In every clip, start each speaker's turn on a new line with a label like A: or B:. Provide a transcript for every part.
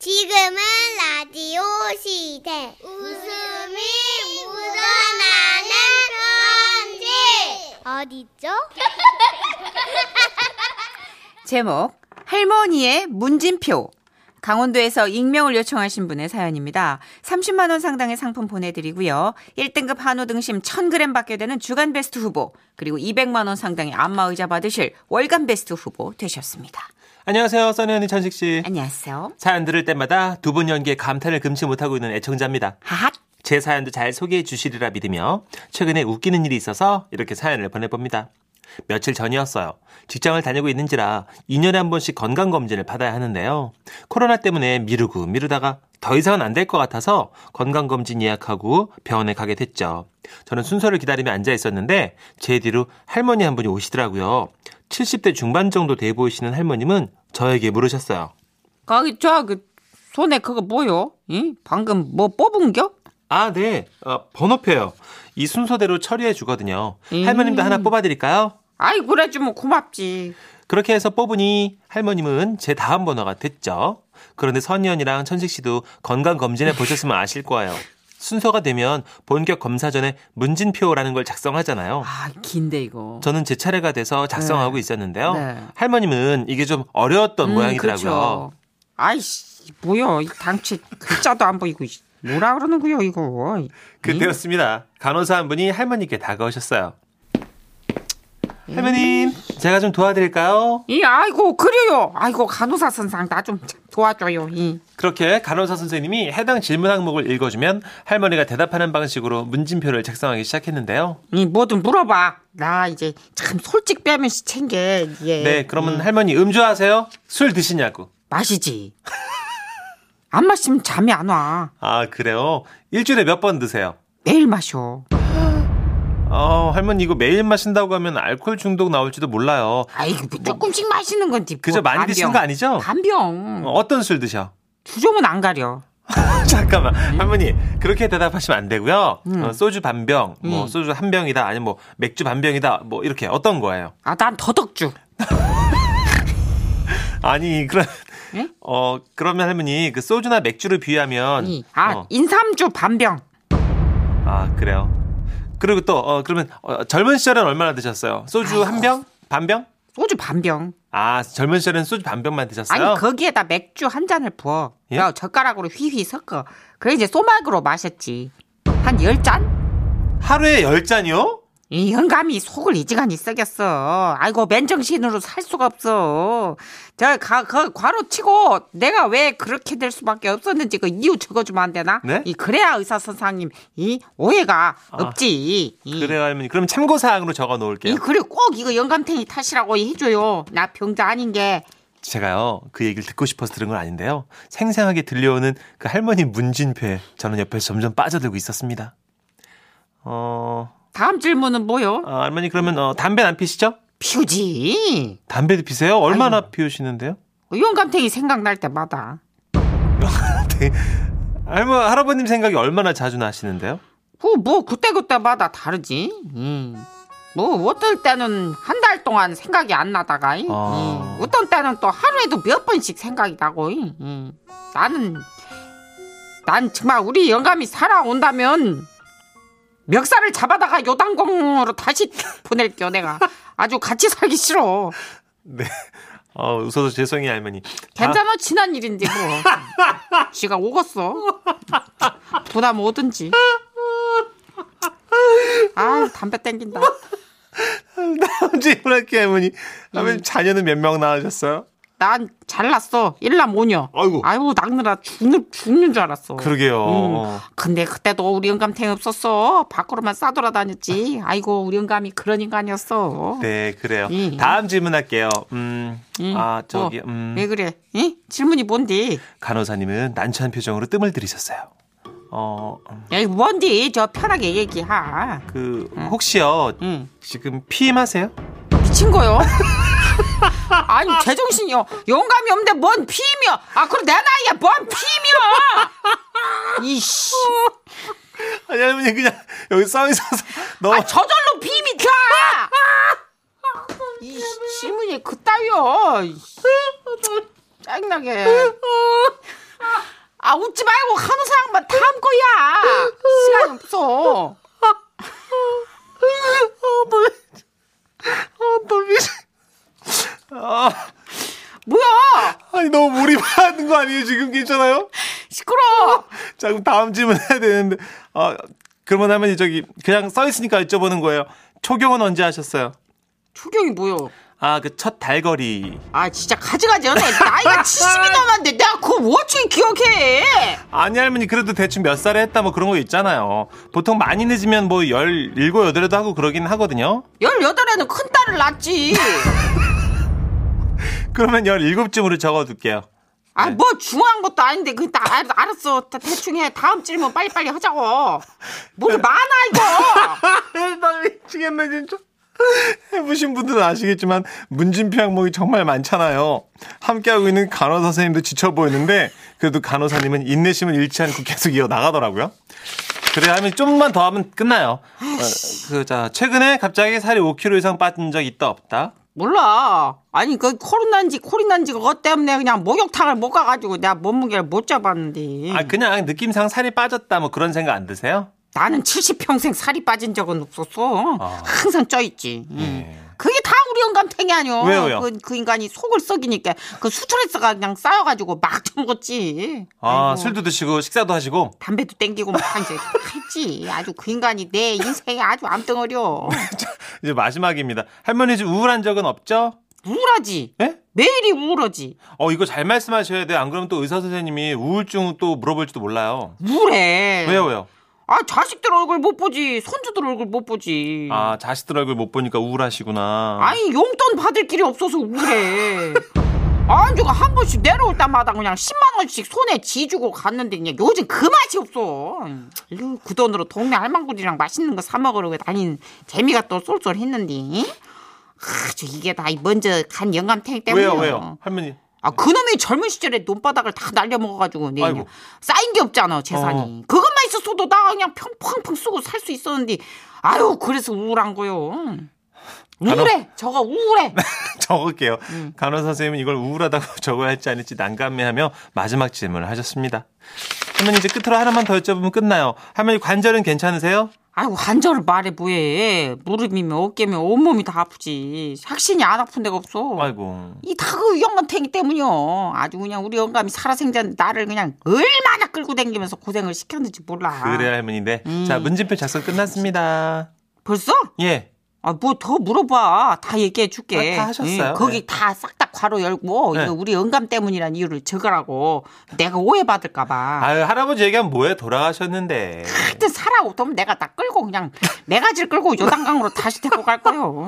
A: 지금은 라디오 시대. 웃음이 묻어나는 편지. 어디죠?
B: 제목 할머니의 문진표 강원도에서 익명을 요청하신 분의 사연입니다. 30만 원 상당의 상품 보내드리고요. 1등급 한우 등심 1000g 받게 되는 주간 베스트 후보 그리고 200만 원 상당의 안마의자 받으실 월간 베스트 후보 되셨습니다.
C: 안녕하세요, 써니 언니 천식 씨.
B: 안녕하세요.
C: 사연 들을 때마다 두 분 연기에 감탄을 금치 못하고 있는 애청자입니다.
B: 하핫
C: 제 사연도 잘 소개해 주시리라 믿으며 최근에 웃기는 일이 있어서 이렇게 사연을 보내봅니다. 며칠 전이었어요. 직장을 다니고 있는지라 2년에 한 번씩 건강검진을 받아야 하는데요. 코로나 때문에 미루고 미루다가 더 이상은 안 될 것 같아서 건강검진 예약하고 병원에 가게 됐죠. 저는 순서를 기다리며 앉아 있었는데 제 뒤로 할머니 한 분이 오시더라고요. 70대 중반 정도 돼 보이시는 할머님은 저에게 물으셨어요.
B: 거기 저그 손에 그거 뭐요? 이 방금 뭐 뽑은겨?
C: 아, 네. 어, 번호표요. 이 순서대로 처리해 주거든요.
B: 음.
C: 할머님도 하나 뽑아드릴까요?
B: 아이 그래지 뭐 고맙지.
C: 그렇게 해서 뽑으니 할머님은 제 다음 번호가 됐죠. 그런데 선희 언니랑 천식 씨도 건강 검진해 보셨으면 아실 거예요. 순서가 되면 본격 검사 전에 문진표라는 걸 작성하잖아요.
B: 아 긴데 이거.
C: 저는 제 차례가 돼서 작성하고 있었는데요.
B: 네. 음,
C: 할머님은 이게 좀 어려웠던 모양이더라고요.
B: 그렇죠. 아이씨, 뭐야. 이 당최 글자도 안 보이고, 이씨. 뭐라 그러는구요, 이거. 이?
C: 그때였습니다. 간호사 한 분이 할머니께 다가오셨어요.
B: 예.
C: 할머님, 제가 좀 도와드릴까요?
B: 이, 아이고, 그래요. 아이고, 간호사 선상, 나 좀 도와줘요, 이.
C: 그렇게 간호사 선생님이 해당 질문 항목을 읽어주면 할머니가 대답하는 방식으로 문진표를 작성하기 시작했는데요.
B: 이, 뭐든 물어봐. 나 이제 참 솔직 빼면 씨 챙겨, 이게.
C: 네, 그러면 할머니 음주하세요? 술 드시냐고.
B: 마시지. 안 마시면 잠이 안 와.
C: 아, 그래요? 일주일에 몇 번 드세요?
B: 매일 마셔.
C: 어, 할머니 이거 매일 마신다고 하면 알코올 중독 나올지도 몰라요.
B: 아이고, 뭐 조금씩 마시는 건지. 뭐
C: 그저 많이
B: 반병.
C: 드시는 거 아니죠?
B: 반병.
C: 어, 어떤 술 드셔?
B: 주종은 안 가려.
C: 잠깐만, 할머니 그렇게 대답하시면 안 되고요. 어, 소주 반 병, 뭐
B: 음.
C: 소주 한 병이다, 아니면 뭐 맥주 반 병이다, 뭐 이렇게 어떤 거예요?
B: 아, 난 더덕주.
C: 아니 그럼
B: 응?
C: 어 그러면 할머니 그 소주나 맥주를 비유하면
B: 이, 아,
C: 어,
B: 인삼주 반병.
C: 아 그래요. 그리고 또 어 그러면 어, 젊은 시절엔 얼마나 드셨어요? 소주 한 병? 반 병?
B: 소주 반병.
C: 아 젊은 시절엔 소주 반 병만 드셨어요?
B: 아니 그- 거기에다 맥주 한 잔을 부어.
C: 예?
B: 그리고 젓가락으로 휘휘 섞어. 그래 이제 소맥으로 마셨지. 한 열 잔?
C: 하루에 열 잔이요?
B: 이 영감이 속을 이지간히 썩였어. 아이고 맨정신으로 살 수가 없어. 저 가, 그 과로 치고 내가 왜 그렇게 될 수밖에 없었는지 그 이유 적어주면 안 되나?
C: 네?
B: 이 그래야 의사 선생님 이 오해가
C: 아,
B: 없지. 이.
C: 그래요 할머니 그럼 참고사항으로 적어 놓을게요.
B: 이 그래 꼭 이거 영감탱이 탓이라고 해줘요. 나 병자 아닌 게.
C: 제가요 그 얘기를 듣고 싶어서 들은 건 아닌데요 생생하게 들려오는 그 할머니 문진표에 저는 옆에서 점점 빠져들고 있었습니다. 어,
B: 다음 질문은 뭐요?
C: 아, 할머니 그러면 어, 담배 안 피시죠?
B: 피우지.
C: 담배도 피세요? 얼마나 피우시는데요?
B: 뭐 영감탱이 생각날 때마다.
C: 네. 할머 할아버님 생각이 얼마나 자주 나시는데요?
B: 그 뭐 그때 그때마다 다르지. 음. 뭐 어떨 때는 한 달 동안 생각이 안 나다가, 이.
C: 아.
B: 음. 어떤 때는 또 하루에도 몇 번씩 생각이 나고. 이. 음. 나는 난 정말 우리 영감이 살아온다면 멱살을 잡아다가 요단공으로 다시 보낼게요 내가. 아주 같이 살기 싫어.
C: 어, 웃어서 죄송해요 할머니.
B: 괜찮아 지난 일인데 뭐. 지가 오겠어. 부담 오든지. 아 담배 땡긴다.
C: 다음 질문 할게요 할머니.
B: 음.
C: 할머니 자녀는 몇 명 낳으셨어요?
B: 난 잘났어. 일남 오녀.
C: 아이고.
B: 아이고 낙느라 죽는 죽는 줄 알았어.
C: 그러게요.
B: 음. 근데 그때도 우리 영감탱이 없었어. 밖으로만 싸돌아다녔지. 아이고 우리 영감이 그런 인간이었어.
C: 네 그래요.
B: 음.
C: 다음 질문할게요. 음,
B: 응.
C: 아 저기
B: 어,
C: 음,
B: 왜 그래? 응? 질문이 뭔데?
C: 간호사님은 난처한 표정으로 뜸을 들이셨어요. 어, 음,
B: 야, 뭔데? 저 편하게 얘기하.
C: 그
B: 음.
C: 혹시요
B: 응.
C: 지금 피임하세요?
B: 미친 거요? 아니 제정신이요 영감이 없는데 뭔 피임이요 아 그럼 내 나이에 뭔 피임이요 이씨
C: 아니 할머니 그냥 여기 써 있어서 너무
B: 아 저절로 피임이 가 이씨 질문이 그따위요 이씨. 짜증나게 웃지 말고 한우 사랑만 다음 거야. 시간이 없어.
C: 아,
B: 뭐야?
C: 아니 너무 몰입하는 거 아니에요 지금 괜찮아요?
B: 시끄러.
C: 자 그럼 다음 질문 해야 되는데 아 그러면 하면 저기 그냥 써 있으니까 여쭤보는 거예요. 초경은 언제 하셨어요?
B: 초경이 뭐야?
C: 아 그 첫 달거리.
B: 아 진짜 가지가지 하네. 나이가 70이 넘었는데 내가 그걸 어떻게 기억해?
C: 아니 할머니 그래도 대충 몇 살에 했다 뭐 그런 거 있잖아요. 보통 많이 늦으면 뭐 17, 18에도 하고 그러긴 하거든요.
B: 18에는 큰 딸을 낳지.
C: 그러면 17쯤으로 적어둘게요.
B: 아 뭐 중요한 것도 아닌데 그다 알았어. 다 대충 해. 다음 질문 빨리빨리 하자고. 뭐가 많아 이거.
C: 아, 나 미치겠네 진짜. 해보신 분들은 아시겠지만 문진표 항목이 정말 많잖아요. 함께하고 있는 간호사 선생님도 지쳐 보이는데 그래도 간호사님은 인내심을 잃지 않고 계속 이어 나가더라고요. 그래 하면 좀만 더 하면 끝나요. 어, 그자 최근에 갑자기 살이 5kg 이상 빠진 적 있다 없다.
B: 몰라. 아니 그 코로나인지 코리나인지 그것 때문에 그냥 목욕탕을 못 가가지고 내가 몸무게를 못 잡았는데.
C: 아 그냥 느낌상 살이 빠졌다 뭐 그런 생각 안 드세요?
B: 나는 70평생 살이 빠진 적은 없었어.
C: 아. 예.
B: 항상 쪄있지. 그게 다 우리 영감탱이 아니오.
C: 왜요, 왜요?
B: 그, 그 인간이 속을 썩이니까 그 스트레스가 그냥 쌓여가지고 막 처먹었지.
C: 아
B: 아이고,
C: 술도 드시고 식사도 하시고
B: 담배도 땡기고 막 이제 했지. 아주 그 인간이 내 인생에 아주 암덩어려.
C: 이제 마지막입니다. 할머니 집 우울한 적은 없죠?
B: 우울하지.
C: 예?
B: 매일이 우울하지.
C: 어 이거 잘 말씀하셔야 돼. 안 그러면 또 의사 선생님이 우울증 또 물어볼지도 몰라요.
B: 우울해.
C: 왜요 왜요?
B: 아 자식들 얼굴 못 보지. 손주들 얼굴 못 보지.
C: 아 자식들 얼굴 못 보니까 우울하시구나.
B: 음. 아니 용돈 받을 길이 없어서 우울해. 아니 저거 한 번씩 내려올 때마다 그냥 10만 원씩 손에 지주고 갔는데 그냥 요즘 그 맛이 없어. 아유, 그 돈으로 동네 할망구들이랑 맛있는 거 사 먹으러 다닌 재미가 또 쏠쏠했는데. 아주 이게 다 먼저 간 영감탱이 때문에.
C: 왜요 왜요? 할머니
B: 아 그놈이 젊은 시절에 논바닥을 다 날려 먹어가지고 내
C: 아이고. 어.
B: 그냥 쌓인 게 없잖아 재산이. 그것만 있었어도 나 그냥 평펑펑 쓰고 살 수 있었는데 아유 그래서 우울한 거요. 우울해 저거 우울해.
C: 적을게요.
B: 음.
C: 간호사 선생님은 이걸 우울하다고 적어야 할지 아닐지 난감해하며 마지막 질문을 하셨습니다. 할머니 이제 끝으로 하나만 더 여쭤보면 끝나요. 할머니 관절은 괜찮으세요?
B: 아유 관절을 말해 뭐해 무릎이면 어깨면 온몸이 다 아프지 확신이 안 아픈 데가 없어.
C: 아이고.
B: 이 다 그 영감탱이 때문이요. 아주 그냥 우리 영감이 살아생전 나를 그냥 얼마나 끌고 다니면서 고생을 시켰는지 몰라.
C: 그래요 할머니 네.
B: 음.
C: 자 문진표 작성 끝났습니다.
B: 벌써?
C: 예.
B: 아 뭐 더 물어봐 다 얘기해 줄게
C: 아, 다 하셨어요?
B: 응, 거기
C: 네.
B: 다 싹 다 괄호 열고
C: 네.
B: 이거 우리 영감 때문이란 이유를 적으라고 내가 오해받을까 봐
C: 아유 할아버지 얘기하면 뭐해 돌아가셨는데.
B: 하여튼 살아오면 내가 다 끌고 그냥 매가지를 끌고 요단강으로 다시 데리고 갈 거예요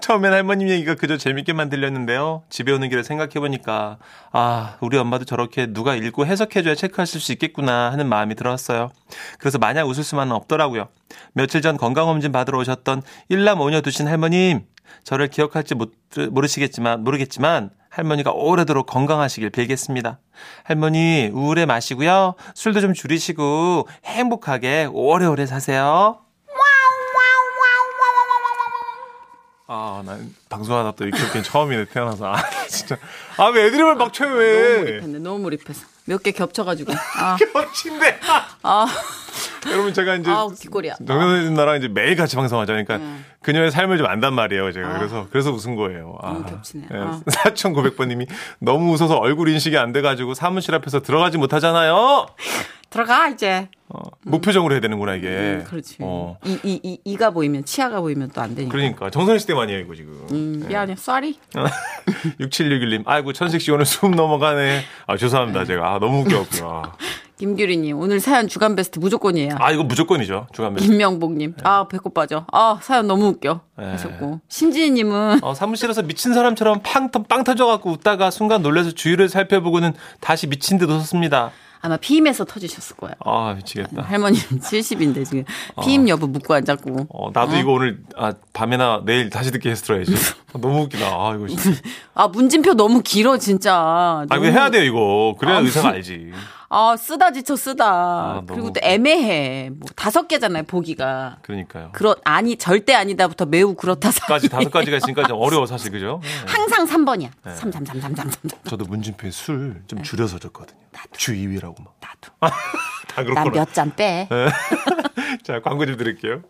C: 처음엔 할머님 얘기가 그저 재밌게만 들렸는데요. 집에 오는 길에 생각해보니까, 아, 우리 엄마도 저렇게 누가 읽고 해석해줘야 체크하실 수 있겠구나 하는 마음이 들었어요. 그래서 마냥 웃을 수만은 없더라고요. 며칠 전 건강검진 받으러 오셨던 일남 오녀 두신 할머님, 저를 기억할지 못- 모르시겠지만, 모르겠지만, 할머니가 오래도록 건강하시길 빌겠습니다. 할머니, 우울해 마시고요. 술도 좀 줄이시고, 행복하게 오래오래 사세요. 아, 난 방송하다 또 이렇게 웃긴 처음이네, 태어나서. 아, 진짜. 아, 왜 애드립을 막 쳐요, 왜?
D: 몰입했네. 너무 몰입해서 몇 개 겹쳐가지고 아,
C: 겹친데.
D: 아,
C: 여러분, 제가 이제.
D: 아 네. 뒷골이야.
C: 정선생 나랑 이제 매일 같이 방송하죠. 그러니까 그녀의 삶을 좀 안단 말이에요. 제가 그래서 그래서 웃은 거예요. 아.
D: 아. 너무 겹치네.
C: 예,
D: 아.
C: 4,900번님이 너무 웃어서 얼굴 인식이 안 돼가지고 사무실 앞에서 들어가지 못하잖아요.
B: 들어가 이제
C: 어, 무표정으로 해야 되는구나 이게.
B: 네.
D: 음, 그렇지.
C: 어.
D: 이, 이, 이, 이가 보이면 치아가 보이면 또 안 되니까.
C: 그러니까 정선희 씨 때만이에요 이거 지금.
D: 음, 미안해, 쏘리.
C: 6761님, 아이고 천식 씨 오늘 숨 넘어가네. 아 죄송합니다 제가 아, 너무 웃겨갖고. 아.
D: 김규리님 오늘 사연 주간 베스트 무조건이에요.
C: 아 이거 무조건이죠 주간 매.
D: 김명복님 아 배꼽 빠져. 아 사연 너무 웃겨
C: 네.
D: 하셨고 심지희님은
C: 어, 사무실에서 미친 사람처럼 팡, 터- 빵 터져갖고 웃다가 순간 놀라서 주위를 살펴보고는 다시 미친 듯 웃었습니다.
D: 아마 피임에서 터지셨을 거예요.
C: 아 미치겠다.
D: 할머님 70인데 지금 피임 여부 묻고 앉았고
C: 어, 나도 이거 오늘 아, 밤에나 내일 다시 듣기 해서 들어야지. 아, 너무 웃기다. 아 이거 진짜.
D: 아 문진표 너무 길어 진짜.
C: 아
D: 너무-
C: 이거 해야 돼요 이거. 그래야 의사가 알지.
D: 아 쓰다 지쳐 쓰다.
C: 아, 너무
D: 그리고 또
C: 웃겨.
D: 애매해. 뭐 다섯 개잖아요 보기가.
C: 그러니까요.
D: 그렇 아니 절대 아니다부터 매우 그렇다
C: 까지
D: 사이
C: 다섯 가지가 있으니까 좀 어려워 사실 그죠? 네.
D: 항상 3번이야. 삼삼삼삼삼삼
C: 저도 문진표의 술그 좀 줄여서 줬거든요. 주 2위라고 막.
D: 네. 나도.
C: 다 그렇구나.
D: 난 몇 잔 빼.
C: 자, 광고 좀 드릴게요.